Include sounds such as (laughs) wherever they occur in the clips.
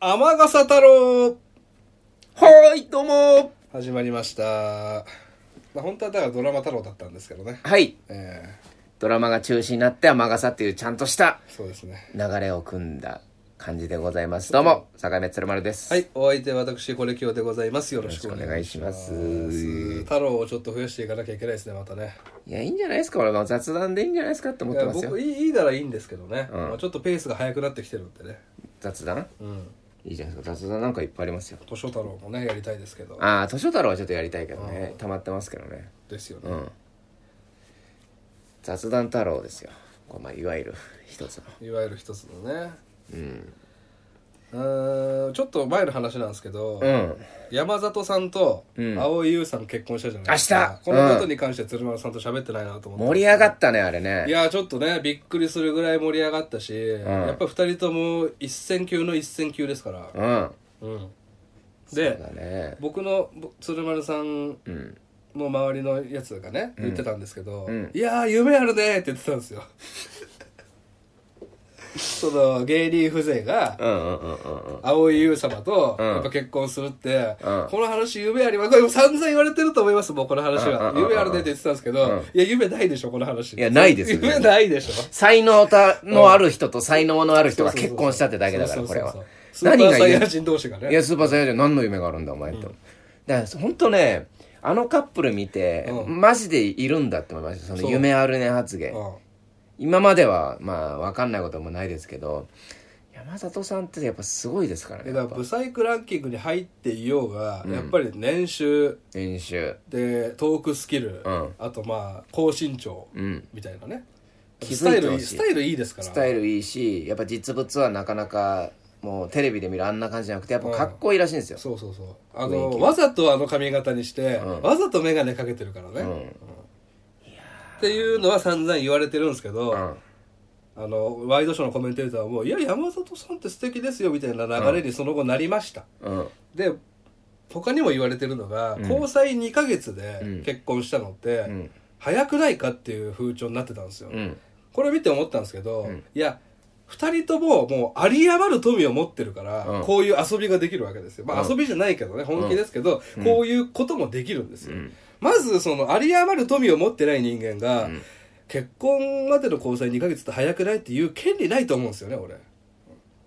天笠太郎はい、どうも始まりました。まあ、本当はだからドラマ太郎だったんですけどね。はい。えドラマが中止になって、雨傘っていうちゃんとしたえそうですね。流れを組んだ感じでございます。どうも、坂目鶴丸です。はい、お相手は私、これ今日でございます。よろしくお願いします。よろしくお願いします太郎をちょっと増やしていかなきゃいけないですね、またね。いや、いいんじゃないですか。俺も雑談でいいんじゃないですかって思いってやますよ僕。いい、いいならいいんですけどね。んまあ、ちょっとペースが速くなってきてるんでね。雑談うん。いいじゃないですか。雑談なんかいっぱいありますよ。図書太郎もね、やりたいですけど。ああ、図書太郎はちょっとやりたいけどね。溜まってますけどね。ですよね。うん。雑談太郎ですよ。こうまあ、いわゆる一つの。いわゆる一つのね。うん。うーん、ちょっと前の話なんですけど。うん。山里さんとうん蒼井優さん結婚したじゃないですか、明日このこうとんに関して鶴丸さんと喋ってないなと思って盛り上がったね、あれいね。やーちょっとねびっくりするぐらい盛り上がったし、やっぱ二人とも一戦級の一戦級ですからうん。うんそうでだね。僕のぼ鶴丸さんうん。の周りのやつがね言ってたんですけど「うんいやー夢あるね」って言ってたんですよ (laughs) その芸人風情がうんうんうんうんうん。蒼井優様とうんやっぱ結婚するって、うんこの話夢ありますこれ散々言われてると思いますもうこの話は、うんうんうんうん夢あるねって言ってたんですけど、うんいや夢ないでしょこの話いやないですよ夢ないでしょ才能たのある人と才能のある人が結婚したってだけだから、そうそこうれそうはそう。何スーパーがサイ言えヤ人同士がねいや、スーパーサイヤ人何の夢があるんだ、お前と。だから、ほんとね、あのカップル見て、うんマジでいるんだって思いました。そそのう夢あるね発言。うん今までは、まあ、わかんないこともないですけど、山里さんってやっぱすごいですからえね。だやからっぱブサイクランキングに入っていようが、やっぱり年収練習。でトークスキル、うんあとまあ高身長うん。みたいなね、気スタづイいてルいほいしスいタ。イルいいですからスタイルいいし、やっぱ実物はなかなか、もうテレビで見るあんな感じじゃなくて、やっぱかっこいいらしいんですよ。そうそうそうあのわざとあの髪型にして、うんわざと眼鏡かけてるからね、うんうんっていうのは散々言われてるんですけど、うん。あのワイドショーのコメンテーターはもう「いや山里さんって素敵ですよ」みたいな流れにその後なりました、うん。で他にも言われてるのが、交際2ヶ月で結婚したのって、ん早くないかっていう風潮になってたんですよ、うん。これ見て思ったんですけど、いや2人とももう有り余る富を持ってるから、うんこういう遊びができるわけですよまあ遊びじゃないけどね、本気ですけど、こういうこともできるんですよ、まずその有り余る富を持ってない人間が、結婚までの交際2ヶ月って早くないっていう権利ないと思うんですよね俺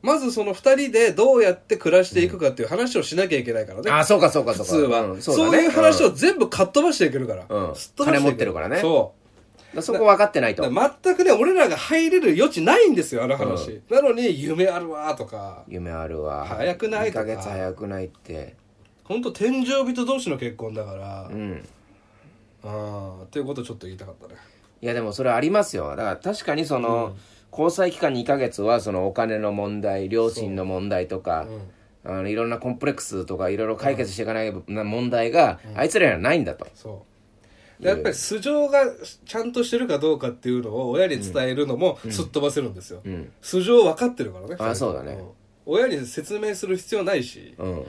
まずその2人でどうやって暮らしていくかっていう話をしなきゃいけないからね、あ、そうかそうかそ普うか。通は、うんそうだねいう話をん全部かっ飛ばしていけるから、うんすっ飛ばしていけ金持ってるからねそうだそこ分かってないと。だから全くね俺らが入れる余地ないんですよあの話、なのに夢あるわとか夢あるわ。早くない2とかヶ月早くないって。本当天井人同士の結婚だからう、ん。うん、っていうことちょっと言いたかったねいやでもそれありますよ。だから確かにその、交際期間2ヶ月はそのお金の問題、両親の問題とか、あのいろんなコンプレックスとかいろいろ解決していかない問題が、あいつらにはないんだと。そうでやっぱり素性がちゃんとしてるかどうかっていうのを親に伝えるのもすっ飛ばせるんですよ、うん。素性分かってるからねあそうだねん親に説明する必要ないし、ううん。ん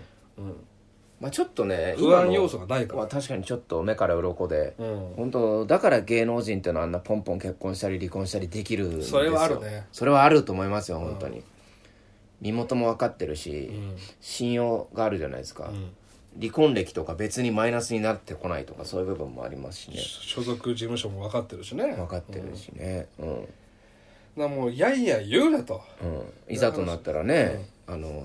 まあちょっとね、不安要素がないから今のは確かにちょっと目から鱗で、うん本当だから芸能人ってのはあんなポンポン結婚したり離婚したりできるんですよそれはあるねそれはあると思いますよ本当に、身元も分かってるし、ん信用があるじゃないですか、ん離婚歴とか別にマイナスになってこないとかそういう部分もありますしね所属事務所も分かってるしね分かってるしねうん、うんなもうやいや言うなと (laughs) いざとなったらね、あの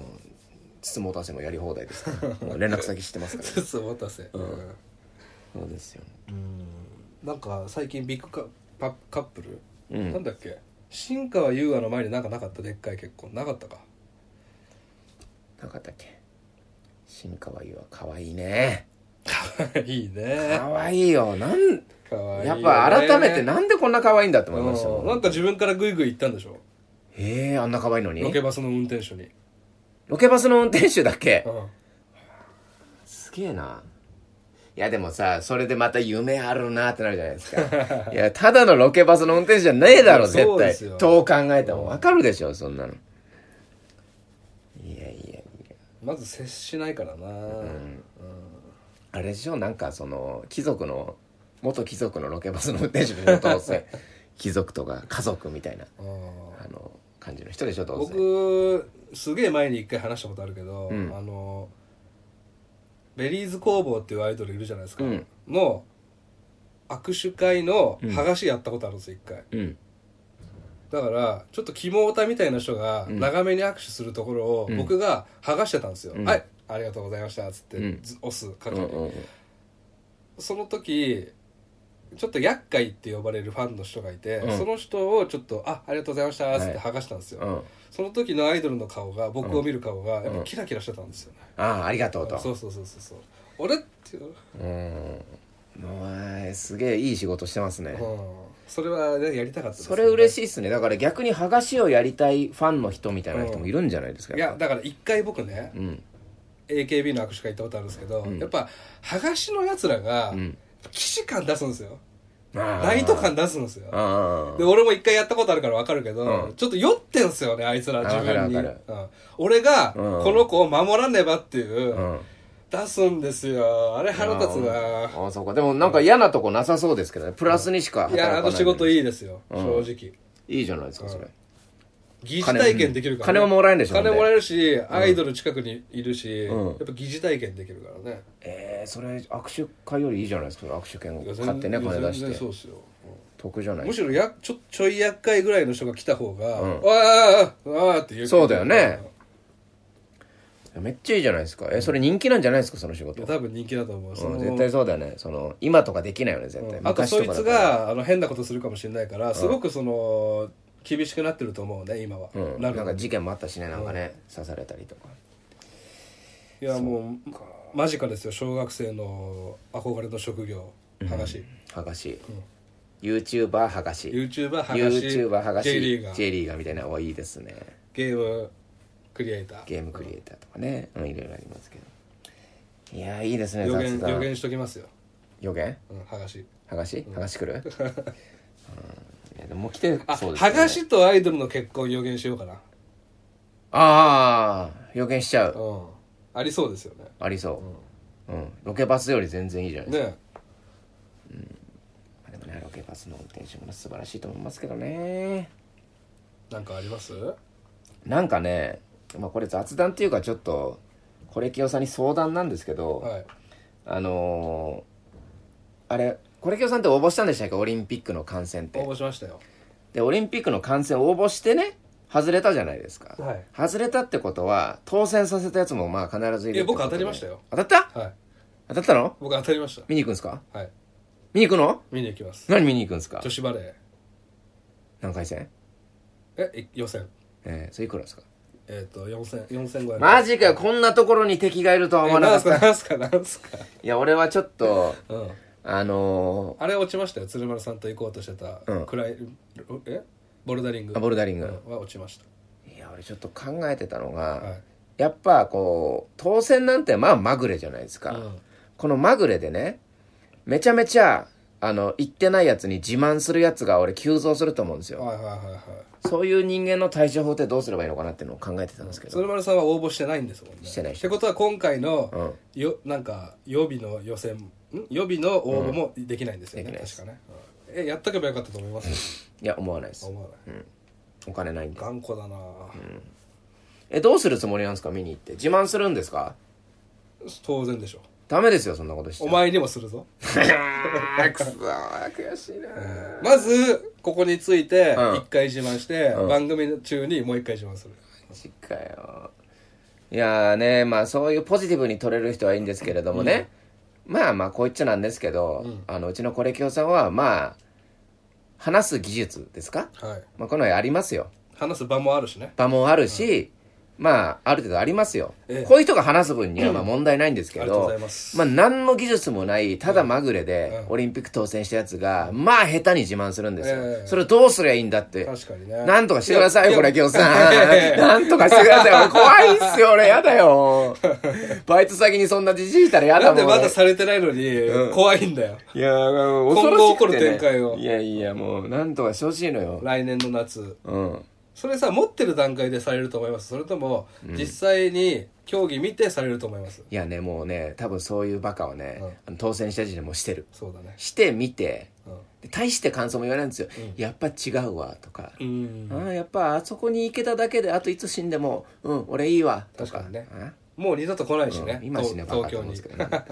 筒本汗もやり放題ですからもう連絡先知ってますから筒持たせ、うんそうですよなんか最近ビッグカパカップル、なんだっけ新川優愛の前になんかなかったでっかい結婚なかったか (laughs) なかったっけ新川優は可愛いねいいね可愛いよなんかわいいよやっねぱ改めてなんでこんな可愛いんだって思いましたうんなもんんか自分からグイグイ行ったんでしょへえあんな可愛いのにロケバスの運転手に、ロケバスの運転手だっけうんすげえないやでもさそれでまた夢あるなってなるじゃないですか (laughs) いやただのロケバスの運転手じゃねえだろそ絶うで対すよどう考えてもわかるでしょそんなのいやいやいやまず接しないからな、あれでしょなんかその貴族の元貴族のロケバスの運転手のど (laughs) うせ貴族とか家族みたいなうんあの感じの人でしょどうせ僕すげえ前に一回話したことあるけど、うんあのベリーズ工房っていうアイドルいるじゃないですか、うんの握手会のうん剥がしやったことあるんですよ一回うんだからちょっと肝オタみたいな人がうん長めに握手するところをうん僕が剥がしてたんですよ、うんはいありがとうございましたっつって、うんず押すう係、んうんその時ちょっと厄介って呼ばれるファンの人がいて、うんその人をちょっと「あありがとうございました」っつっては剥がしたんですよ、うんその時のアイドルの顔が僕を見る顔がやっうぱんキラキラしてたんですよね、ああありがとうとそうそうそうそうそう俺っていう、うんお前すげえいい仕事してますねうん、それはねやりたかったですそれ嬉ししいっすねだから逆に剥がしをやりたいファンの人みたいな人もいるんじゃないですかいややっぱだから一回僕ねうん AKB の握手会行ったことあるんですけど、うんやっぱ剥がしのやつらが、うん騎士感出すんですよラライト感出すんですよああで俺も一回やったことあるから分かるけど、うんちょっと酔ってんすよねあいつらあ自分に、わかるうん俺がうんこの子を守らねばっていう、うん出すんですよあれ腹立つなああそうかでもなんか嫌なとこなさそうですけどねプラスにしかいやあの仕事いいいですよ、うん正直いいじゃないですかそれ疑似体験できるから、金はもらえるんでしょ金ほんでもらえるしアイドル近くにいるし、うんやっぱ疑似体験できるからねえーそれ握手会よりいいじゃないですかそれ握手券をいや全買ってねいや金出全し然そてうですよ、得じゃうなんいむしろやちょちょい厄介ぐらいの人が来た方が「うわんあわあわあ」って言うそうだよねめっちゃいいじゃないですかえそれ人気なんじゃないですかその仕い事や多分人気だと思うそうのん絶対そうだよねその今とかできないよね絶対あと昔そといかつだからがあの変なことするかもしれないからすごくその厳しくなってると思うね今は、うんななんるか事件もあったしねなんかね刺されたりとかいやもう間近ですよ小学生の憧れの職業話、はがし YouTuber はがし YouTuber 話 YouTuber はがし J リーガー J リーガーみたいなのがいいですねゲームクリエイターゲームクリエイターとかね、うん、いろいろありますけどいやーいいですね予言雑談予言しときますよ、予言うん、はがしはがしはが (laughs) し来る、うん、いやでももう来てあ、そうですよはねがしとアイドルの結婚予言しようかなああ予言しちゃううんありそうですよねありそう、うんロケバスより全然いいじゃないですか、ねまあでもねロケバスの運転手も素晴らしいと思いますけどねなんかありますなんかね、まあ、これ雑談っていうかちょっとこれ清さんに相談なんですけど、はいあのーあれこれ清さんって応募したんでしたっけオリンピックの観戦って応募しましたよでオリンピックの観戦応募してね外れたじゃないですか、はい外れたってことは当選させたやつもまあ必ずいるいや僕ってことで当たりましたよ当たったはい当たったの僕当たりまし見に行くんですかたはい見に行くの見に行きます何見に行くんですか女子バレー何回戦えい予選えー、それいくらですかえっ、と4000 4500円マジかよこんなところに敵がいるとはえ思わななかんっすたかなんすかなんすかいや俺はちょっとうんあのあれ落ちましたよ鶴丸さんと行こうとしてた、うん暗いえボルダリングー、ボルダリング、うんは落ちましいや俺ちょっと考えてたのが、たはい、やっぱこう当選なんてまあまぐれじゃないですか、うんこのまぐれでねめちゃめちゃあの言ってないやつに自慢するやつが俺急増すると思うんですよはいはいはいはいそういう人間の対処法ってどうすればいいのかなっていうのを考えてたんですけど、鶴丸さんは応募してないんですもんねしてないってことは今回の、うよなんか予備の予選ん予備の応募もできないんですよね、できないで確かね、うんえやっとけばよかったと思いますいや思わないです思わない、お金ないんで頑固だな、えどうするつもりなんですか見に行って自慢するんですか当然でしょダメですよそんなことしてお前にもするぞ (laughs) くそ悔しいなまずここについてうん一回自慢して、うん番組中にもう一回自慢する、マジかよいやーねまあそういうポジティブに取れる人はいいんですけれどもね、まあまあこう言っちゃなんですけど、うあのうちのコレキョウさんはまあ話す技術ですか、はいまあ、このありますよ話す場もあるしね場もあるし、まあある程度ありますよ、ええこういう人が話す分にはまあ問題ないんですけありがとうど、ございますまあ何の技術もないただまぐれでうんオリンピック当選したやつがまあ下手に自慢するんですよ、ええそれどうすりゃいいんだって確かにねなんとかしてくださいよ、やこれ、きょうさん。やいやなんとかしてください。 (laughs) 俺、怖いっすよ、俺、やだよ。バイト先にそんなじじいたらやなだんでもん。まだ俺されてないのに怖いんだよ、いやー、恐ろ今後起しくて、ね。こる展開をいやいや、もう、なんとかしてほしいのよ。来年の夏うん。それさ持ってる段階でされると思いますそれとも実際に競技見てされると思います、いやね、もうね、多分そういうバカはね、うんあの当選した時点でもうしてる。そうだね、してみて、うん大して感想も言わないんですよ、やっぱ違うわとか、うんああやっぱあそこに行けただけであといつ死んでもうん俺いいわとか確かにねあもう二度と来ないしね、うん今死ねば東かと京思うんにですけどね本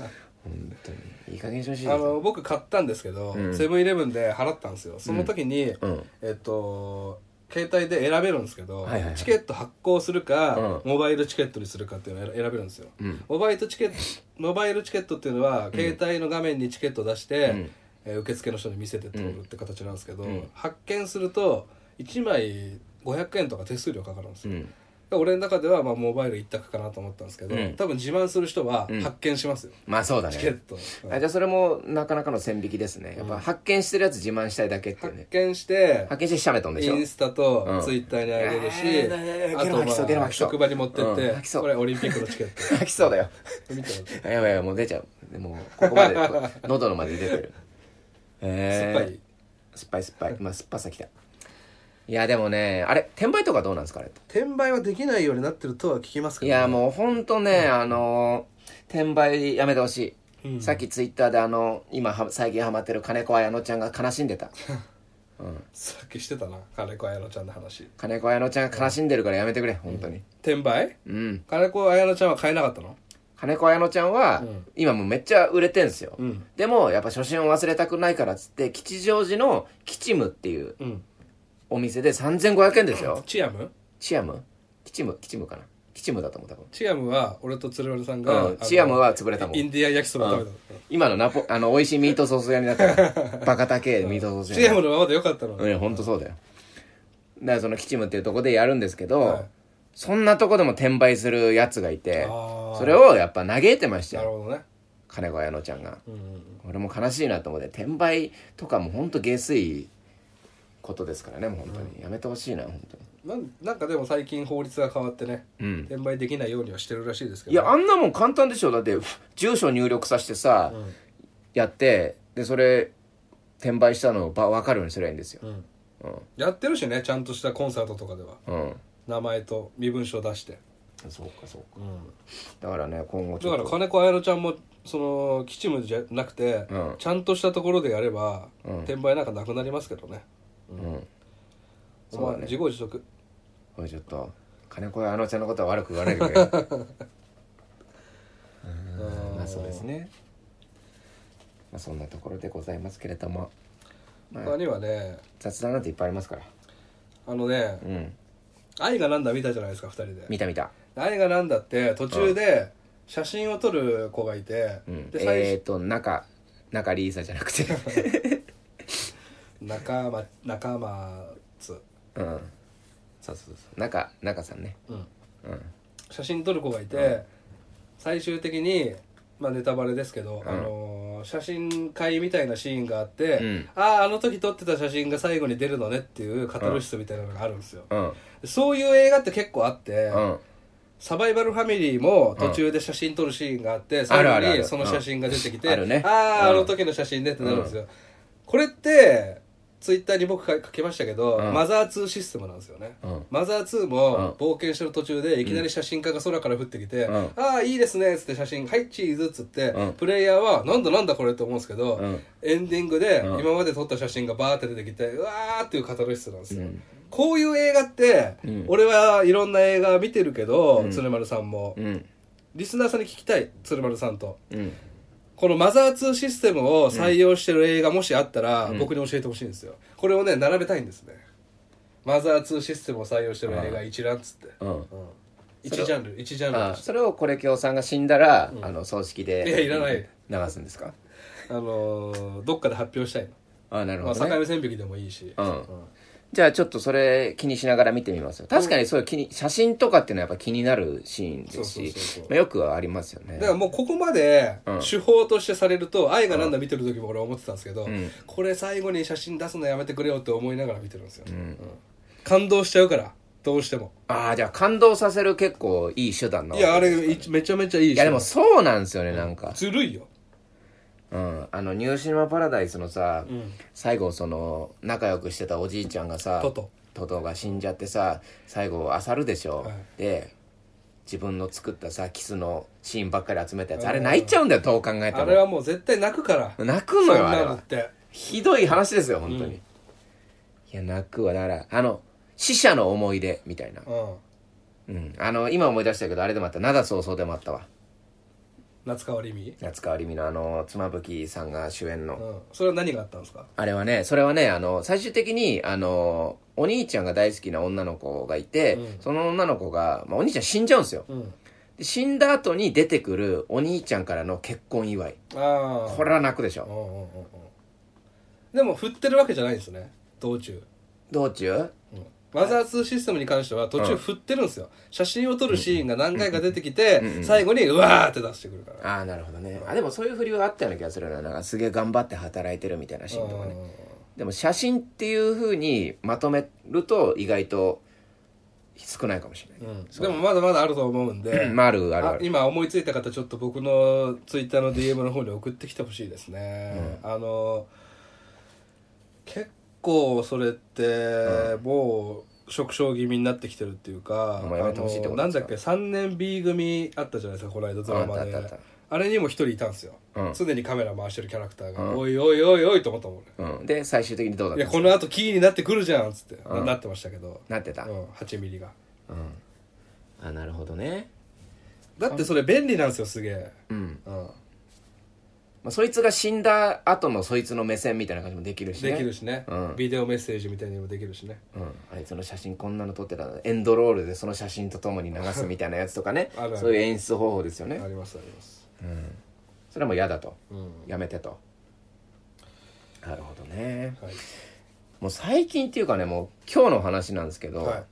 当にいい加減にしてほしいであすねの僕買ったんですけどセブンイレブンで払ったんですよその時に、うんえっと携帯で選べるんですけど、はいはいはいチケット発行するか、うモバイルチケットにするかっていうのを選べるんですよ、うんモバイルチケットモバイルチケットっていうのは、携帯の画面にチケットを出して、うんえー受付の人に見せて取るって形なんですけど、うん発券すると1枚500円とか手数料かかるんですうよ、ん俺の中ではまあモバイル一択かなと思ったんですけど、うん多分自慢する人はうん発券しますよ、まあそうだチケねット、あじゃあそれもなかなかの線引きですねやっぱ発見してるやつ自慢したいだけっていう発ね券して発見してシャメトンでイしょ (laughs) ンスタとんツイッターにあげるし、えーゲロ吐きそうあゲとロまあ吐きそう職場に持ってっうんて吐き、そうこれオリンピックのチケット吐きそうだよ (laughs) 見てもらってやばいやばいもう出ちゃうでもうここまで (laughs) 喉のまで出てるえー酸っぱい酸っぱい酸っぱいまあ酸っぱさきたいやでもねあれ転売とかどうなんですかあれって転売はできないようになってるとは聞きますけいど、やもうほんとね、あの転売やめてほしい、さっきツイッターであの今は最近ハマってる金子綾乃ちゃんが悲しん (laughs) でたさっきしてたな金子綾乃ちゃんの話金子綾乃ちゃんが悲しんでるからやめてくれ本当に転売うん、金子綾乃ちゃんは買えなかったの金子綾乃ちゃんは、今もうめっちゃ売れてんすよ、んでもやっぱ初心を忘れたくないからっつって吉祥寺の吉ムっていううんお店で3500円ですよチアムチアム吉ム吉ムかな吉ムだと思う多分チアムは俺と鶴丸さんが、うんチアムはは潰れたもんインディアン焼きそば食べたの、今のナポあの美味しいミートソース屋になっ (laughs) たからバカ高えミートソース屋にチアムのままでよかったの、うん、ほんとそうだよ。だからそのキチムっていうとこでやるんですけど、はいそんなとこでも転売するやつがいてあ、ーそれをやっぱ嘆いてましたなよ。るほどね金子綾乃ちゃんが。うんうん俺も悲しいなと思って、転売とかもほんと下水ことですからね、もう本当に。やめてほしいな、本当に。なんなんかでも最近法律が変わってね、うん転売できないようにはしてるらしいですけどいや、あんなもん簡単でしょ。だって、住所入力させてさ、やって、で、それ、転売したのをば分かるようにすればいいんですよ。うんうん。やってるしねちゃんとしたコンサートとかではうん。名前と身分証出して、そうか、そうか。だからね、今後ちだかょっとら。金子綾乃ちゃんもその吉夢じゃなくて、うんちゃんとしたところでやれば、転売なんかなくなりますけどね、うん。お前自業自得おいちょっと金子やあのちゃんのことは悪く言わないで (laughs) くれまあそうですねまあそんなところでございますけれども他にはね雑談なんていっぱいありますからあのねう、ん愛がなんだ見たじゃないですか二人で見た見た愛がなんだって途中で写真を撮る子がいて、うんで最初えっ、ー、と中中リーサじゃなく (laughs) て仲間仲間つ、うんそうそうそう中中さんねうん、うん写真撮る子がいて、最終的に、まあ、ネタバレですけど、あのー写真会みたいなシーンがあって、うんあああの時撮ってた写真が最後に出るのねっていうカタルシスみたいなのがあるんですよ、うんそういう映画って結構あって、うんサバイバルファミリーも途中で写真撮るシーンがあって、最あるあるあ後にるその写真が出てきて、うんあるねああ、うんあの時の写真ねってなるんですよ。これって、ツイッターに僕書きましたけど、うんマザー2システムなんですよね。うんマザー2も冒険してる途中でいきなり写真家が空から降ってきて、うんああ、いいですねっつって写真、はい、チーズっつって、うんプレイヤーは、なんだなんだこれって思うんですけど、うんエンディングでうん今まで撮った写真がバーって出てきて、うわーっていうカタルシスなんですよ。こういう映画って、うん俺はいろんな映画見てるけど、鶴丸さんも、うんリスナーさんに聞きたい鶴丸さんとうんこのマザー2システムを採用してる映画もしあったら、僕に教えてほしいんですよこれをね並べたいんですねマザー2システムを採用してる映画一覧っつって、うんうん一ジャンル一ジャンルあとしてそれをこれきょうさんが死んだら、あの葬式でいやいらない流すんですかあのーどっかで発表したいの、あなるまあ、ほ境ど、ね目線引きでもいいし、うんじゃあちょっとそれ気にしながら見てみますよ確かにそういう気に写真とかっていうのはやっぱ気になるシーンですそうしそうそうそうまあよくはありますよねだからもうここまで手法としてされると「愛がなんだ」見てる時も俺は思ってたんですけど、これ最後に写真出すのやめてくれよって思いながら見てるんですよ、うん感動しちゃうからどうしてもああじゃあ感動させる結構いい手段ないやあれれいめちゃめちゃいいしいやでもそうなんですよねなんかずるいようんあの「ニューシネマ・パラダイス」のさ、最後その仲良くしてたおじいちゃんがさトトトトが死んじゃってさ最後漁るでしょ、はいで自分の作ったさキスのシーンばっかり集めたやつあれ泣いちゃうんだよどう考えてあもれはもう絶対泣くから泣くのそよんあれなのっはてひどい話ですよ本当に、いや泣くはだからあの死者の思い出みたいな、うんうん、あの今思い出したけどあれでもあった灘早々でもあったわ夏川りみ、夏川りみのあの妻夫木さんが主演の、うん、それは何があったんですかあれはねそれはねあの最終的にあのお兄ちゃんが大好きな女の子がいて、うんその女の子が、まあ、お兄ちゃん死んじゃうんですようんで死んだ後に出てくるお兄ちゃんからの結婚祝いああこれは泣くでしうょんうんうんうんでも振ってるわけじゃないんですね道中道中マザー2システムに関しては途中振ってるんですよ、写真を撮るシーンが何回か出てきて、最後にうわーって出してくるから、ああなるほどねあでもそういう振りはあったような気がするななんかすげえ頑張って働いてるみたいなシーンとかねでも写真っていうふうにまとめると意外と少ないかもしれない、うんうんでもまだまだあると思うんで、まああるあるあある今思いついた方ちょっと僕のツイッターの DM の方に送ってきてほしいですね、あの結構それってもう縮小気味になってきてるっていうか、もうやめてほしいってあこのとなでんすかだっけ3年 B 組あったじゃないですかこの間ドラマであったあったあっあれにも一人いたんですよ、うん常にカメラ回してるキャラクターが、うんおいおいおいおいと思ったもん俺うん、で最終的にどうだっいたやんですこかの後キーになってくるじゃんっつって、うんなってましたけど、なってた、ううんん、8ミリがあなるほどねだってそれ便利なんですよすげえ、うん、うん、まあ、そいつが死んだ後のそいつの目線みたいな感じもできるしねできるしね、うんビデオメッセージみたいにもできるしねうん、あいつの写真こんなの撮ってたのエンドロールでその写真とともに流すみたいなやつとかね (laughs) あるあるそういう演出方法ですよねありますあります、それはもう嫌だとうんやめてとなるほどねはいもう最近っていうかねもう今日の話なんですけど、は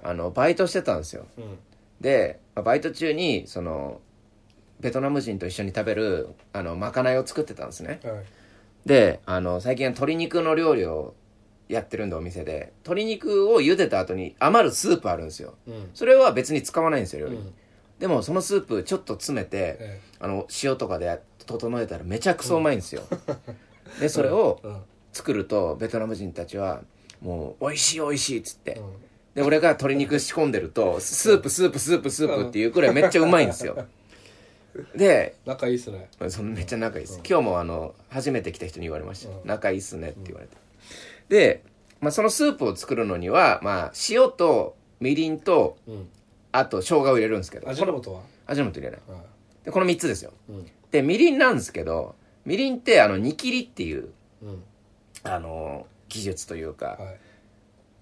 あのバイトしてたんですよい、うん、で、まあバイト中にそのベトナム人と一緒に食べるあのまかないを作ってたんですねはいであの最近は鶏肉の料理をやってるんでお店で鶏肉を茹でた後に余るスープあるんですようんそれは別に使わないんですよ料う理、んでもそのスープちょっと詰めて、えあの塩とかで整えたらめちゃくそうまいんですよ、でそれをえうん作るとベトナム人たちはもう「美味しい美味しい」っつって、うんで俺が鶏肉仕込んでるとスープスープスープスープっていうくらいめっちゃうまいんで (laughs) すよで仲いいっすねそのめっちゃ仲いいです今日もあの初めて来た人に言われましたうん仲いいっすねって言われてで、まあ、そのスープを作るのには、まあ、塩とみりんとうんあと生姜を入れるんですけど味の素は味の素入れないはでこの3つですよいうんでみりんなんですけどみりんってあの煮切りっていううんあの技術というかは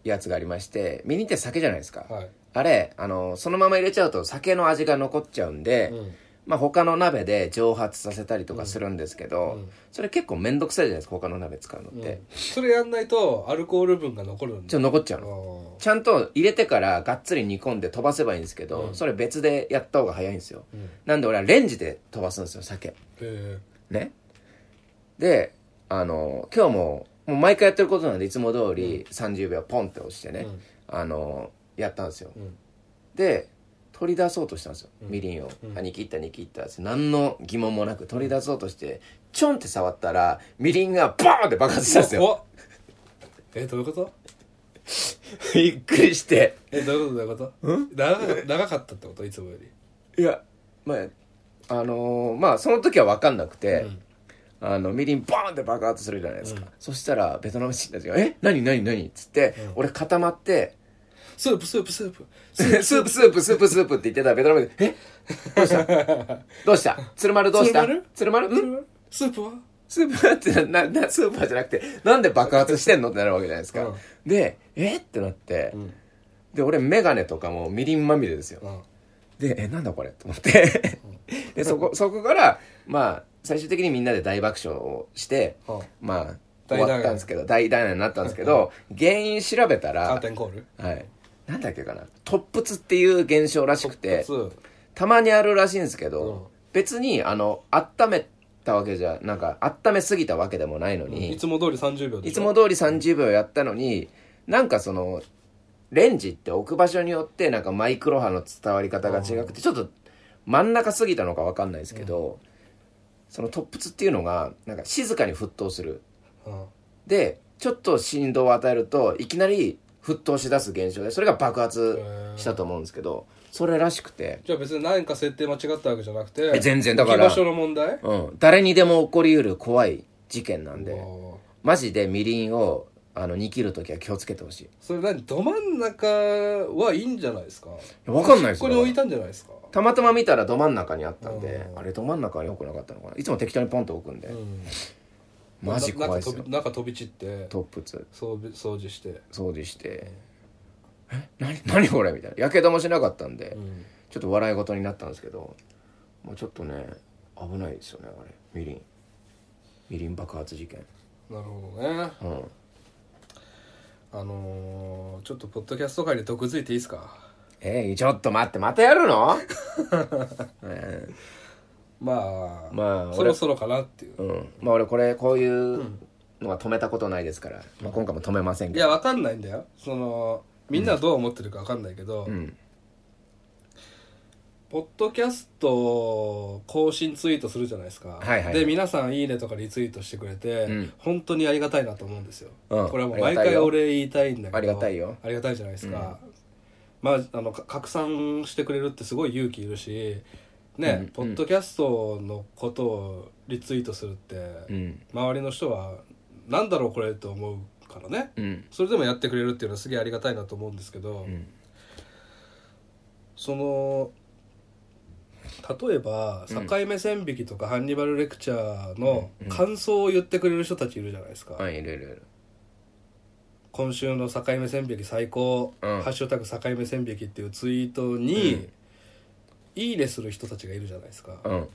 いやつがありましてみりんって酒じゃないですか、はいあれあのそのまま入れちゃうと酒の味が残っちゃうんで、うんまあ、他の鍋で蒸発させたりとかするんですけうど、んそれ結構面倒くさいじゃないですか他の鍋使うのっうんて、それやんないとアルコール分が残るんちょでっと残っちゃうあの、ーちゃんと入れてからがっつり煮込んで飛ばせばいいんですけど、うんそれ別でやった方が早いんですようんなんで俺はレンジで飛ばすんですよ酒えねであの今日ももう毎回やってることなんでいつも通り30秒ポンって押してえね、うんあのやったんですようんで取り出そうとしたんですよ、うんみりんを、うんあ煮切った煮切ったって何の疑問もなく取り出そうとしてチョンって触ったらみりんがバーンって爆発したんですよ怖っえどういうことびっくりしてえどういうことどういうこと長か長かったってこといつもよりいやまああのーまあその時は分かんなくて、うんあのみりんバーンって爆発するじゃないですか、うんそしたらベトナム人たちが「え何何何?」っつって、うん俺固まってスープスープスープ「スープスープスープスープ」って言ってたらベトナム人「えど (laughs) うしたどうした鶴丸どうした鶴丸鶴丸うんスープはスーパーってな、な、スーパーじゃなくて、なんで爆発してんのってなるわけじゃないですか。うんで、えってなって、んで、俺メガネとかもみりんまみれですよ。うんで、え、なんだこれ (laughs) と思って。で、そこ、そこから、まあ、最終的にみんなで大爆笑をして、うんまあ、終大団円わったんですけど、大団円になったんですけど、原因調べたカーらテ、ンコールはい。なんだっけかな。突発っていう現象らしくて、そうたまにあるらしいんですけど、うん別にあの温めたわけじゃなんか温めすぎたわけでもないのに、いつも通り30秒でいしつょも通り30秒やったのになんかそのレンジって置く場所によってなんかマイクロ波の伝わり方が違くてちょっと真ん中すぎたのか分かんないですけど、その突発っていうのがなんか静かに沸騰するうんでちょっと振動を与えるといきなり沸騰しだす現象でそれが爆発したと思うんですけどそれらしくてじゃあ別に何か設定間違ったわけじゃなくてえ全然だから置き場所の問題うん、誰にでも起こりうる怖い事件なんうでわマジでみりんをあの煮切る時は気をつけてほしいいそれ何ど真ん中はいいんじゃないですかやわかんないですこよれ置いたんじゃないですかたまたま見たらど真ん中にあったんでうんあれど真ん中は良くなかったのかないつも適当にポンと置くんでうんマジ怖いですなよんか飛び中飛び散ってトップツ掃除掃除して、掃除して「え何 (laughs) 何これ?」みたいなやけどもしなかったんで、うんちょっと笑い事になったんですけどもうちょっとね危ないですよねあれみりんみりん爆発事件なるほどねうんあのー、ちょっとポッドキャスト界で毒づいていいですかえいちょっと待ってまたやる (laughs) の、えまあ、まあそろそろかなっていう、えうんまあ俺これこういうのは止めたことないですから、まあ、今回も止めませんいけやどわかんないんだよそのみんなどう思ってるかわかんないけど、うんポッドキャストを更新ツイートするじゃないですか、はいはいで皆さん「いいね」とかリツイートしてくれて、うん本当にありがたいなと思うんですよ、うんこれはもうあ毎りがたい回よ俺言いたいんだけどありがたいよありがたいじゃないですか、まああのか拡散してくれるってすごい勇気いるしね、うんポッドキャストのことをリツイートするって、うん周りの人はなんだろうこれと思うからねうんそれでもやってくれるっていうのはすげえありがたいなと思うんですけど、うんその例えば「境目線引き」とか「ハンニバルレクチャー」の感想を言ってくれる人たちいるじゃないですか「はいいろいろいろ今週の境目線引き最高」うんハッシュタグ境目線引き」っていうツイートに、いいねする人たちがいるじゃないですか、うん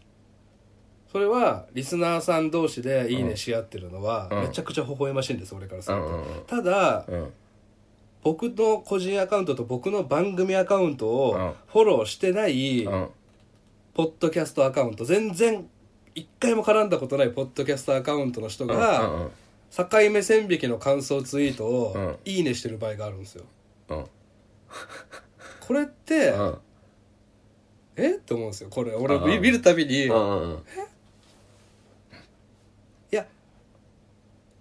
それはリスナーさん同士で「いいね」し合ってるのは、うんめちゃくちゃ微笑ましいんです俺からすうると、んうんただ、うん僕の個人アカウントと僕の番組アカウントうんをフォローしてない、うんポッドキャストアカウント全然一回も絡んだことないポッドキャストアカウントの人が、うんうん境目線引きの感想ツイートを、うんいいねしてる場合があるんですようんこれって、うんえって思うんですよこれう俺んうん見見るたびに、ういんうんうんや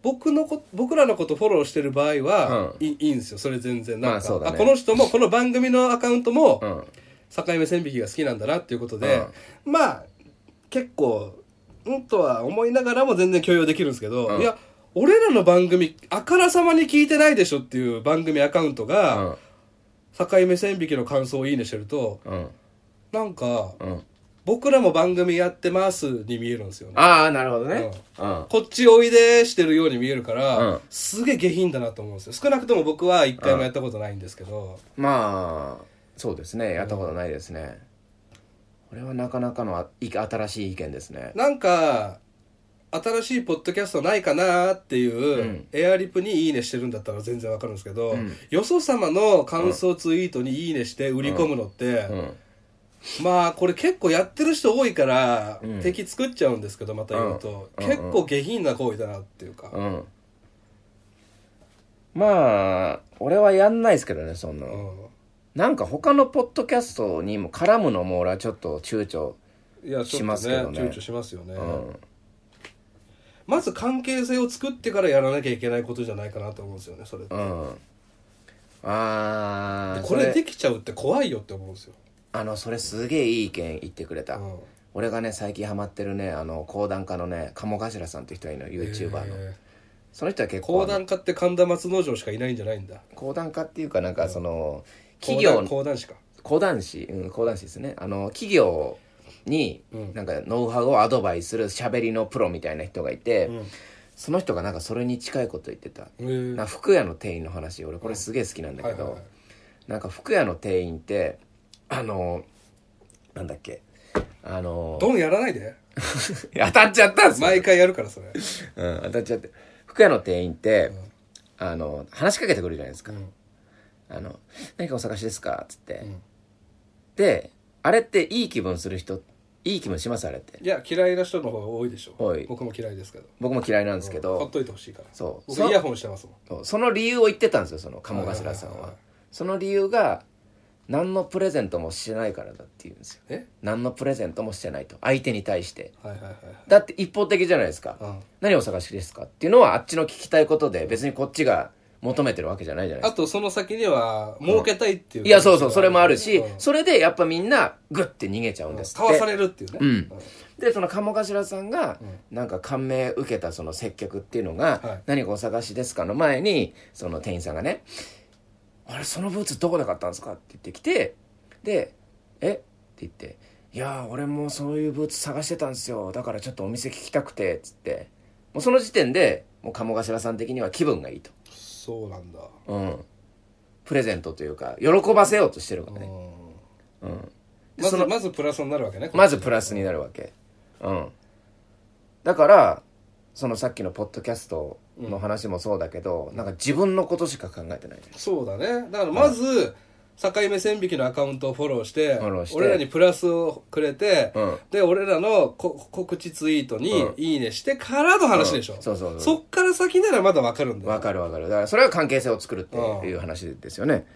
僕のこ僕らのことフォローしてる場合は、うんいいいんですよそれ全然なんか、まあそうだねこの人もこの番組のアカウントも、うん境目線引きが好きなんだなっていうことで、まあ結構うんとは思いながらも全然許容できるんですけど、うんいや俺らの番組あからさまに聞いてないでしょっていう番組アカウントうが、ん境目線引きの感想をいいねしてるとうんなんか、うん僕らも番組やってますに見えるんですよねああなるほどねうんこっちおいでしてるように見えるから、うんすげえ下品だなと思うんですよ少なくとも僕は一回もやったことないんですけど、まあそうですねやったことないですね、これはなかなかのあい新しい意見ですねなんか新しいポッドキャストないかなっていう、んエアリプに「いいね」してるんだったら全然わかるんですけど、うんよそ様の感想ツイートに「いいね」して売り込むのって、うんまあこれ結構やってる人多いから、うん敵作っちゃうんですけどまた言うと、うんうん結構下品な行為だなっていうか、うんまあ俺はやんないですけどねそんなうのんなんか他のポッドキャストにも絡むのも俺はちょっと躊躇いやちょしまっすとけねどね躊躇しますよね、うんまず関係性を作ってからやらなきゃいけないことじゃないかなと思うんですよねそれって、うんああこれできちゃうって怖いよって思うんですよ、あのそれすげえいい意見言ってくれた、うん俺がね最近ハマってるねあの講談家のね鴨頭さんって人がいるの YouTuber の、えーその人は結構講談家って神田松之丞しかいないんじゃないんだ講談家っていうかなんかその企業講談講談師か講談師うん講談師ですねあの企業にうんなんかノウハウをアドバイスする喋りのプロみたいな人がいて、うんその人がなんかそれに近いこと言ってた、へーなんか服屋の店員の話俺これすげえ好きなんだはけいど、はいはいなんか服屋の店員ってあのなんだっけあのドンやらないで (laughs) 当たっちゃったんすよ毎回やるからそれうん、当たっちゃって服屋の店員って、あの話しかけてくるじゃないですか、うんあの何かお探しですかっつって、んであれっていい気分する人いい気分しますあれっていや嫌いな人の方が多いでしょ多い僕も嫌いですけど僕も嫌いなんですけほっど、といてほしいからそう僕イヤホンしてますもんそうその理由を言ってたんですよその鴨頭さんは,、はいはいはいはいその理由が何のプレゼントもしてないからだっていうんですよえ何のプレゼントもしてないと相手に対してはいはいはいだって一方的じゃないですか、はい何をお探しですかっていうのはあっちの聞きたいことで別にこっちが求めてるわけじゃないじゃないであすか。とその先には儲けたいっていう、いや、そうそう、それもあるしう、んそれでやっぱみんな、グッて逃げちゃうんですって。かわされるっていうね、うんでその鴨頭さんがなんか感銘受けたその接客っていうのが「はい何かお探しですか?」の前にその店員さんがね「あれそのブーツどこで買ったんですか?」って言ってきてで「えっ?」て言って「いやー俺もそういうブーツ探してたんですよだからちょっとお店聞きたくて」っつってもうその時点でもう鴨頭さん的には気分がいいと、そうなんだ、うん、プレゼントというか喜ばせようとしてるからうね、んうん、でまそずのまずプラスになるわけねまずプラスになるわけ。うん。だから、そのさっきのポッドキャストの話もそうだけど、なんか自分のことしか考えてない。そうだねだからまず境目線引きのアカウントをフォローしてフォローして俺らにプラスをくれて、うんで俺らのこ告知ツイートにうんいいねしてからの話でしょ、うんそうそうそうそっから先ならまだわかるんだよわかるわかる。だからそれは関係性を作るってうんいう話ですよね。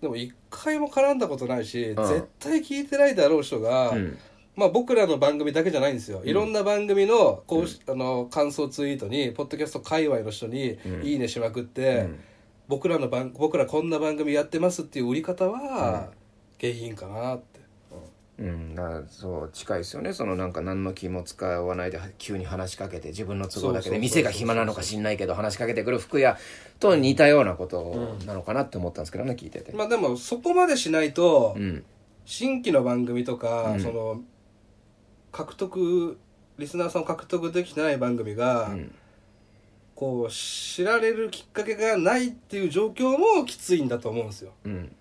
でも一回も絡んだことないし、うん絶対聞いてないだろう人が、んまあ、僕らの番組だけじゃないんですよ、いろんな番組のこうし、あの感想ツイートにポッドキャスト界隈の人に「いいね」しまくって、僕らの番僕らこんな番組やってますっていう売り方は下品かなって、うん、だからそう近いですよねそのなんか何の気も使わないで急に話しかけて自分の都そうそう合だけそうそでう店が暇なのか知んないけど話しかけてくる服屋と似たようなことなのかなって思ったんですけどね聞いてて、まあでもそこまでしないと、うん、新規の番組とか、その獲得リスナーさんを獲得できてない番組が、んこう知られるきっかけがないっていう状況もきついんだと思うんですようん、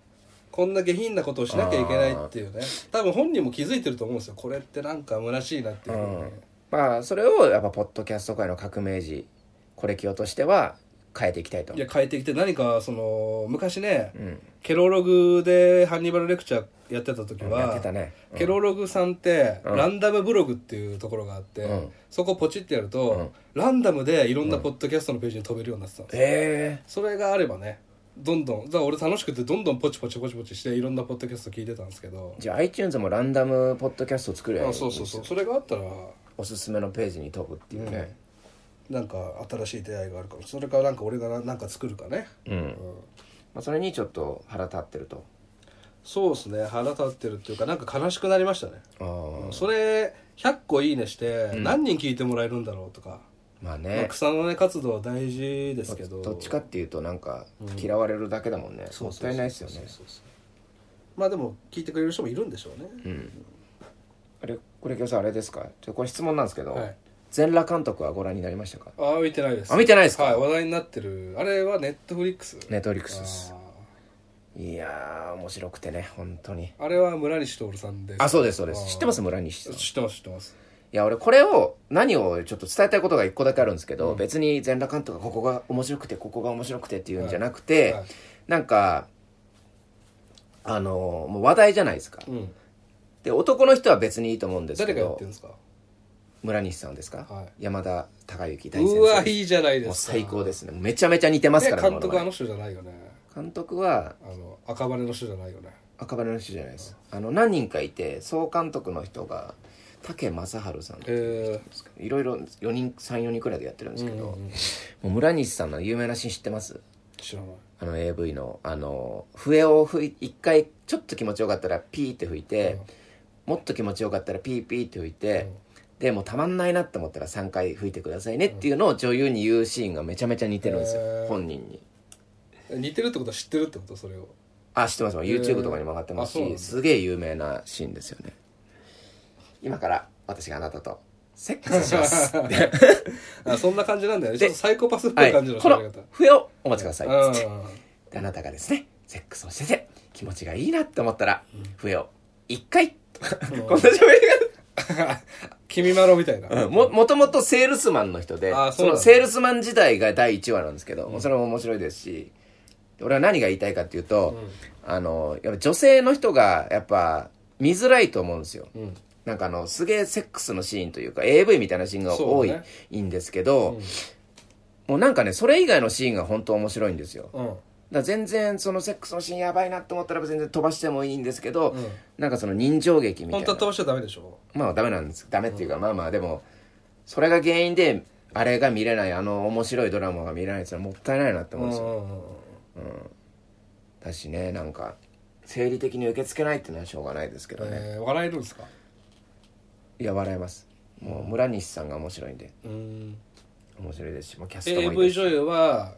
こんな下品なことをしなきゃいけないっていうね多分本人も気づいてると思うんですよこれってなんか虚しいなっていうふうにね、まあそれをやっぱポッドキャスト界の革命児コレキオとしては変えていきたいといや変えてきて何かその昔ね、んケロログでハンニバルレクチャーやってた時やっはて、たねケロログさんって、ランダムブログっていうところがあって、うんそこポチってやると、ランダムでいろんなポッドキャストのページに飛べるようになってたんですよ、へそれがあればねどんどんだから俺楽しくてどんどんポチポチポチポチしていろんなポッドキャスト聞いてたんですけどえ、じゃあ iTunes もランダムポッドキャスト作るやあそうそうそうそれがあったらおすすめのページに飛ぶっていうねなんか新しい出会いがあるかもそれからなんか俺がななんか作るかねうん、まあ、それにちょっと腹立ってるとそうですね腹立ってるっていうかなんか悲しくなりましたねああそれ100個いいねして何人聞いてもらえるんだろうとか、まあまあね草の根活動は大事ですけどどっちかっていうとなんか嫌われるだけだもんね、もったいないですよねそうそうまあでも聞いてくれる人もいるんでしょうね、あれこれ今日さんあれですかちょこれ質問なんですけど、はい全裸監督はご覧になりましたかああ見てないですあ見てないですかはい話題になってるあれはネットフリックスネットフリックスですあいやー面白くてね本当にーあれは村西徹さんですあそうですそうであすー知ってます村西さんい知ってます知ってますや俺これを何をちょっと伝えたいことが一個だけあるんですけど、別に全裸監督がここが面白くてここが面白くてっていうんじゃなくて、はいはいなんかあのーもう話題じゃないですか、うんで男の人は別にいいと思うんですけ誰がやっどてるんですか村西さんですか、は山田孝之大先生うわいいじゃないですかもう最高ですねもうめちゃめちゃ似てますからねね監督我あ々の人じゃないよね監督はあの赤羽の人じゃないよね赤羽の人じゃないですあの何人かいて総監督の人が武正治さんとえいろいろ4人34人くらいでやってるんですけど、もう村西さんの有名なシーン知ってますー、知らないあの AV のあの笛を吹い一回ちょっと気持ちよかったらピーって吹いて、もっと気持ちよかったらピーピーって吹いて、でもうたまんないなって思ったら3回吹いてくださいねっていうのを女優に言うシーンがめちゃめちゃ似てるんですよ、へー本人にえ似てるってことは知ってるってことそれをあ知ってますよ YouTube とかにも上がってますし、あそうなんだすげえ有名なシーンですよね今から私があなたとセックス (laughs) しますあそんな感じなんだよねちでょっとサイコパスっぽはいい、感じのこ喋りの方、笛をお待ちくださいうんつってであなたがですねセックスをしてて気持ちがいいなって思ったら、笛を1回とか (laughs) こんな喋り君まろみたいな、が、ももともとセールスマンの人であーそそうなんのだセールスマン時代が第1話なんですけど、それも面白いですし俺は何が言いたいかっていうと、あのやっぱ女性の人がやっぱ見づらいと思うんですよ、うんなんかあのすげえセックスのシーンというか AV みたいなシーンが多い,、そうだねいいんですけど、もうなんかねそれ以外のシーンが本当面白いんですよだかうんら全然そのセックスのシーンやばいなと思ったら全然飛ばしてもいいんですけど、んなんかその人情劇みた本い当はな飛ばしちゃダメでしょまあダメなんですダメっていうか、まあまあでもそれが原因であれが見れないあの面白いドラマが見れないってのはもったいないなって思うんですよだしねなんか生理的に受け付けないっていうのはしょうがないですけどね、えー笑えるんですかいや笑えますもう村西さんが面白いんでうん面白いですし、まあ、キャストもい AV いです女優は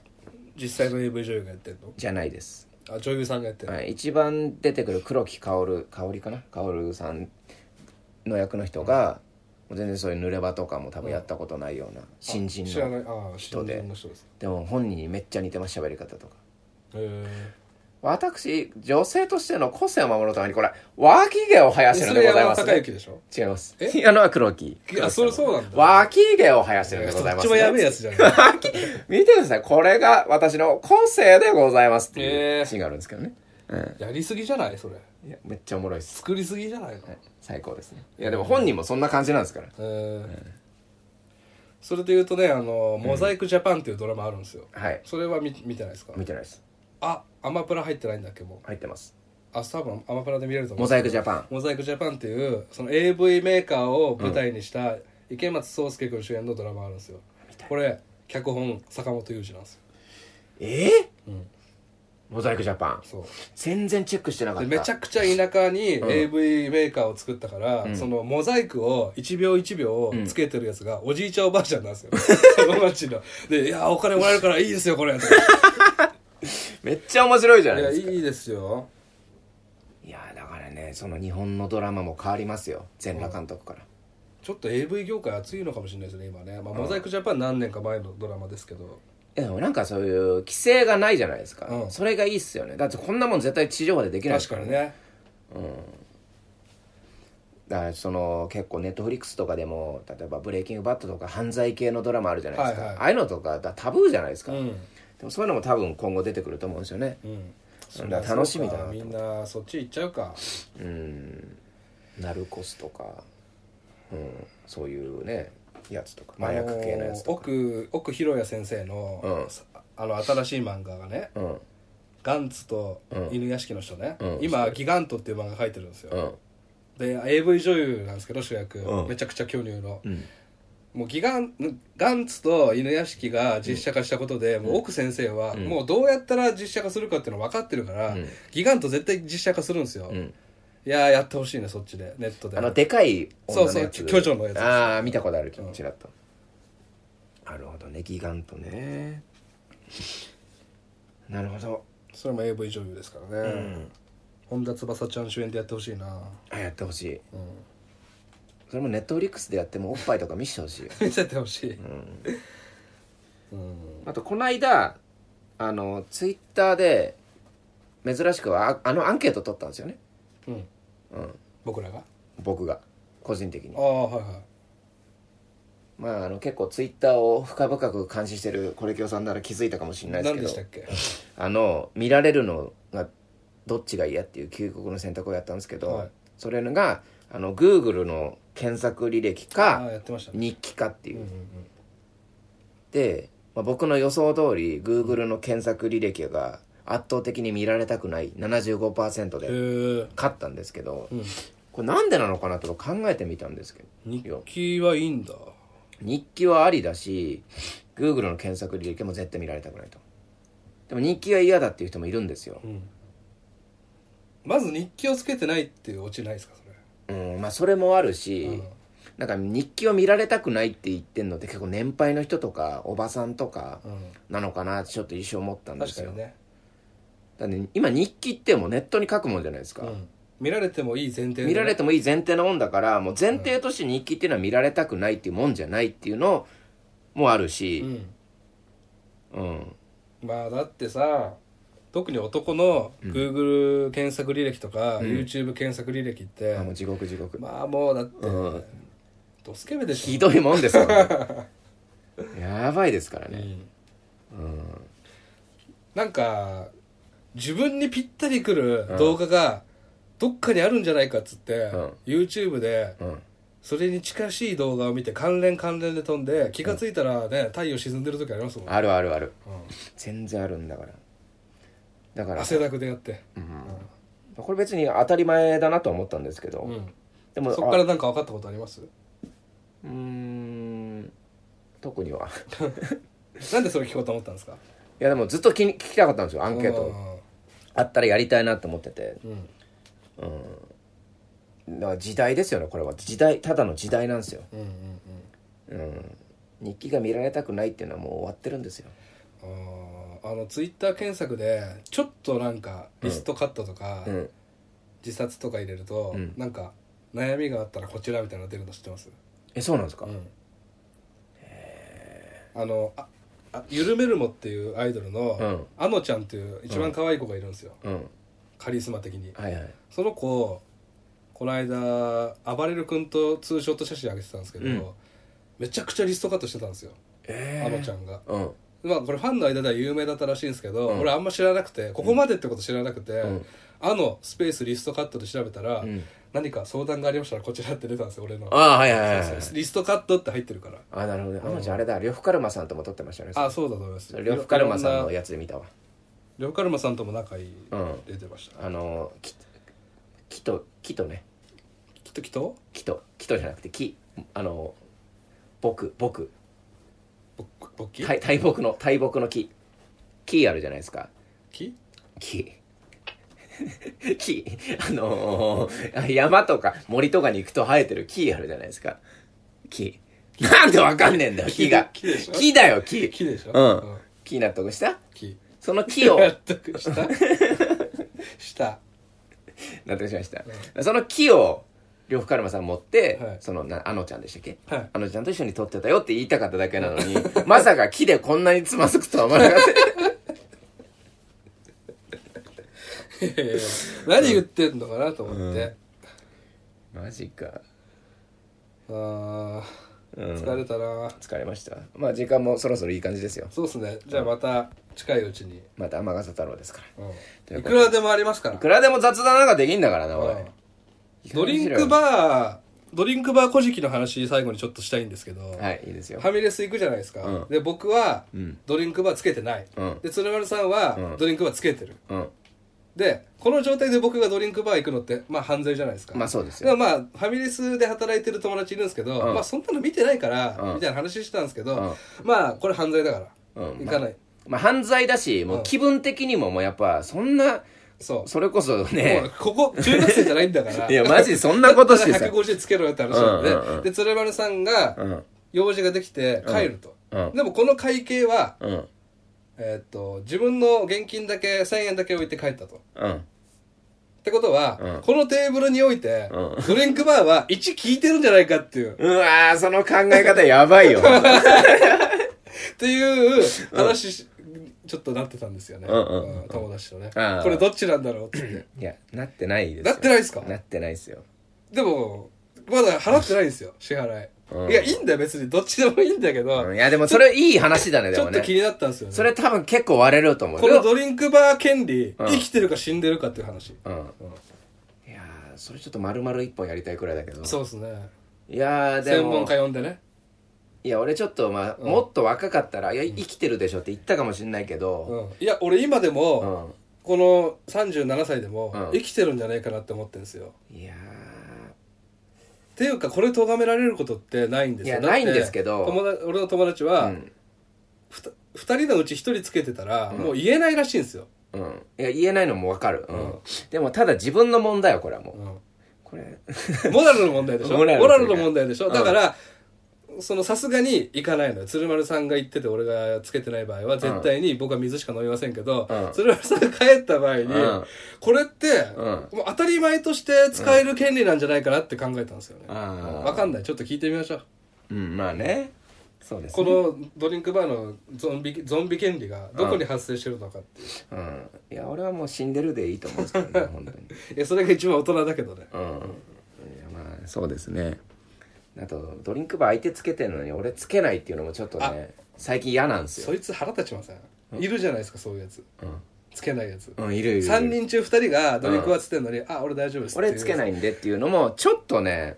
実際の AV 女優がやってんのじゃないです、あ女優さんがやってんの、はい、一番出てくる黒木薫薫かな薫さんの役の人が、もう全然そういう濡れ場とかも多分やったことないような新人知らなのいああ新人の人ですでも本人にめっちゃ似てます喋り方とかへえ私女性としての個性を守るためにこれ脇毛を生やしてるんでございます、それは高ね之、でしょ違いますえあのは黒木いやそれそうなんだ脇毛を生やしてるんでごどざいっまちす、もね、やべえやつじゃない秋見てください。これが私の個性でございますってへいーうシーンがあるんですけどね。うんやりすぎじゃないそれいや、めっちゃおもろいです。作りすぎじゃないの、はい最高ですね。いや、でも本人もそんな感じなんですから。えーそれで言うとねあの「モザイクジャパン」っていうドラマあるんですよ、はい。それは見見てないですか見てないです。あアマプラ入ってないんだっけもう入ってます。あ多分アマプラで見れると思うモザイクジャパン。モザイクジャパンっていうその AV メーカーを舞台にした池松壮亮君主演のドラマあるんですよ、これ脚本坂本雄二なんですよえぇ、うんモザイクジャパン。そう全然チェックしてなかっでた。めちゃくちゃ田舎に AV メーカーを作ったから、そのモザイクを1秒1秒つけてるやつがおじいちゃんおばあちゃんなん (laughs) ですよ、その町ので「いやお金もらえるからいいですよこれ」とかめっちゃ面白いじゃい (laughs) なやいですか。いいですよいや、だからね、その日本のドラマも変わりますよ。全裸監督から。ちょっと AV 業界熱いのかもしれないですね今ね、まあ、モザイクジャパン何年か前のドラマですけどいやでもなんかそういう規制がないじゃないですか、うんそれがいいっすよねだってこんなもん絶対地上波でできないです確かにねだからその結構ネットフリックスとかでも例えば「ブレイキングバット」とか犯罪系のドラマあるじゃないですか、はいはいああいうのとかだタブーじゃないですか、うでんもそういうのも多分今後出てくると思うんですよねうんそりゃ楽しみだなと思ってみんなそっち行っちゃうかうんナルコスとか、うん、そういうねやつとか麻薬系のやつとか、あの奥奥博也先生の、うんさあの新しい漫画がねうんガンツとうん犬屋敷の人ね、うん今「ギガント」っていう漫画書いてるんですよ、うんで AV 女優なんですけど主役、うんめちゃくちゃ巨乳の、うんもうギガンガンツと犬屋敷が実写化したことで、もう奥先生は、もうどうやったら実写化するかっていうの分かってるから、うんギガント絶対実写化するんですよ、ういんやーやってほしいねそっちでネットであのでかい女のやつそうそう巨女のやつああ見たことある気持ちだと、なるほどねギガンとね (laughs) なるほどそれも AV 女優ですからね、本田翼ちゃん主演でやってほしいなあやってほしいうんそれもネットフリックスでやってもおっぱいとか見せてほしいよ見せてほしい、うんあとこの間あのツイッターで珍しくああのアンケート取ったんですよね、うんうん、僕らが僕が個人的にああはいはいまああの結構ツイッターを深々く監視してるコレキオさんなら気づいたかもしれないです何けでどしたっけあの見られるのがどっちが嫌っていう究極の選択をやったんですけど、はいそれがあの Google の検索履歴ああかやってましたね日記かっていううんうんうんで、まあ、僕の予想通り Google の検索履歴が圧倒的に見られたくない75%でへえ勝ったんですけど、うんこれなんでなのかなと考えてみたんですけど日記はいいんだ日記はありだし Google の検索履歴も絶対見られたくないとでも日記が嫌だっていう人もいるんですようんまず日記をつけてないっていうオチないですかそれうんまあそれもあるし、うんなんか日記を見られたくないって言ってんのって結構年配の人とかおばさんとかうんなのかなってちょっと一瞬思ったんで確すかよにねだって今日記ってもうネットに書くもんじゃないですか、うん見られてもいい前提でね見られてもいい前提のもんだからもう前提として日記っていうのは見られたくないっていうもんじゃないっていうのもあるうし、んうんまあだってさ特に男の Google 検索履歴とか YouTube 検索履歴ってあもう地獄地獄、まあもうだってうん、ドスケベでしょひどいもんですよ、ね、 (laughs) やばいですからね、なんか自分にぴったりくる動画がどっかにあるんじゃないかっつって、ん YouTube でうん、それに近しい動画を見て関連関連で飛んで気がついたらね太陽沈んでる時ありますもん、あるあるあるう全然あるんだからだかん、ら汗だくでやって、これ別に当たり前だなと思ったんですけど、うんでもそっからなんか分かったことありますうーん特には (laughs) なんでそれ聞こうと思ったんですかいやでもずっと聞き聞きたかったんですよアアンケートあったらやりたいなと思っててうんだから時代ですよねこれは時代ただの時代なんですよ、うんうんうん、日記が見られたくないっていうのはもう終わってるんですようんあーあのツイッター検索でちょっとなんかリストカットとか、うん自殺とか入れると、うんなんか悩みがあったらこちらみたいなの出るの知ってますえそうなんですか、うんあのああゆるめるもっていうアイドルの、うんあのちゃんっていう一番可愛い子がいるんですよ、うんカリスマ的にはいはいその子この間あばれる君とツーショット写真上げてたんですけど、うんめちゃくちゃリストカットしてたんですよ、えあのちゃんがうんまあこれファンの間では有名だったらしいんですけど、うん俺あんま知らなくてここまでってこと知らなくて、んあのスペースリストカットで調べたら、うん何か相談がありましたらこちらって出たんですよ俺のああはいはいはい、はい、そうそうリストカットって入ってるからあなるほどねあのちゃんあれだ呂布カルマさんとも撮ってましたねあそうだと思いますそれ呂布カルマさいんろのんなやつで見たわ呂布カルマさんとも仲いい、うん出てましたあのき木と木とねきっときっと木と木とじゃなくて木あの僕僕ぼっぼっき大大木の大木の木木あるじゃないですかき木 (laughs) 木あのー山とか森とかに行くと生えてる木あるじゃないですか木なんでわかんねえんだよ木が木でしょ木だよ木木でしょうん木納得したきその木 (laughs) を納得したした (laughs) 納得しました、その木を呂布カルマさん持って、はいそのなあのちゃんでしたっけ、はいあのちゃんと一緒に撮ってたよって言いたかっただけなのに (laughs) まさか木でこんなにつまずくとは思わなかっいやいや何言ってんのかなと思って、た (laughs) マジか、あーうん疲れたな疲れましたまあ時間もそろそろいい感じですよそうですねじゃあまた近いうちに、また天笠太郎ですかうん、いくらでもありますかららいくらでも雑談なんかできんだからなおいうんドリンクバードリンクバー古事記の話最後にちょっとしたいんですけど、はいいいですよファミレス行くじゃないですか、うんで僕はうんドリンクバーつけてない、うんで鶴丸さんはんドリンクバーつけてる、うんでこの状態で僕がドリンクバー行くのってまあ犯罪じゃないですかまあそうですでもよまあファミレスで働いてる友達いるんですけど、うんまあそんなの見てないから、うんみたいな話してたんですけど、うんまあこれ犯罪だから、うん行かない、まあ犯罪だしもう気分的にももうやっぱそんなそうそれこそもねうここ中学生じゃないんだからいやマジそんなことしてさ150つけろよって話なんで、うんうんうんで鶴丸さんがうん用事ができて帰ると、うんでもこの会計は、うんえーっと自分の現金だけ1000円だけ置いて帰ったとうんってことは、うんこのテーブルにおいて、うドリンクバーは1聞いてるんじゃないかっていううわーその考え方やば (laughs) いよっていう話し、ちょっとなってたんですよね、うんうんうんうん友達とね、うんこれどっちなんだろうっつっていやなってないですよなってないですかなってないですよでもまだ払ってないんですよ支払い、うんいやいいんだよ別にどっちでもいいんだけど、うんいやでもそれいい話だねでちょもっとね気になったんですよねそれ多分結構割れると思うこのドリンクバー権利、うん生きてるか死んでるかっていう話、うんいやーそれちょっと丸々一本やりたいくらいだけどそうですねいやーで専も門家呼んでねいや俺ちょっとまあ、もっと若かったら「いや生きてるでしょ」って言ったかもしんないけど、うんいや俺今でうも、んこの37歳でも、うん生きてるんじゃないかなって思ってるんですよいやっていうかこれ咎められることってないんですよいやだってないんですけど友達俺の友達ーは、うん、ふた2人のうち1人つけてたら、もう言えないらしいんですよ、うん、いや言えないのもわかる、うんうんでもただ自分の問題はこれはもう、うんこれ (laughs) モラルの問題でしょモモララルルの問題でしうょんだから、そのさすがに行かないのよ鶴丸さんが行ってて俺がつけてない場合は絶対に僕は水しか飲みませんけど、うん鶴丸さんが帰った場合に、うんこれって、うんもう当たり前として使える権利なんじゃないかなって考えたんですよね、あわかんないちょっと聞いてみましょううんまあねそうですこねのドリンクバーのゾンビゾンビ権利がどこに発生してるのかっていう、うん、いや俺はもう死んでるでいいと思うんですけ (laughs) どね本当にいやそれが一番大人だけどねうんいやまあそうですねあとドリンクバー相手つけてるのに俺つけないっていうのもちょっとね最近嫌なんですよそいつ腹立ちませんいるじゃないですかそういうやつつけないやつ、うん、うん、いるいるいる3人中2人がドリンクはつってんのに、あ俺大丈夫です俺つけないいんでっていうのもちょっとね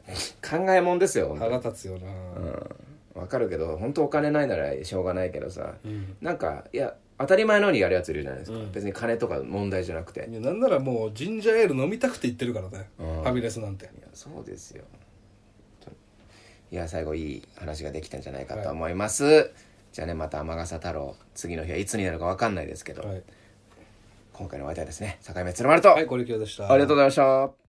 考えもんですよ本当腹に立つよな、うん、わかるけど本当お金ないならしょうがないけどさ、うんなんかいや当たり前のようにやるやついるじゃないですか、別に金とか問題じゃなくていいややなんならもうジンジャーエール飲みたくて言ってるからね、うんファミレスなんてそうですよいや最後いい話ができたんじゃないかと思います、じゃあねまた天笠太郎次の日はいつになるか分かんないですけど、はい、今回のお相手はですね境目鶴丸と、はい、これ今日でしたありがとうございました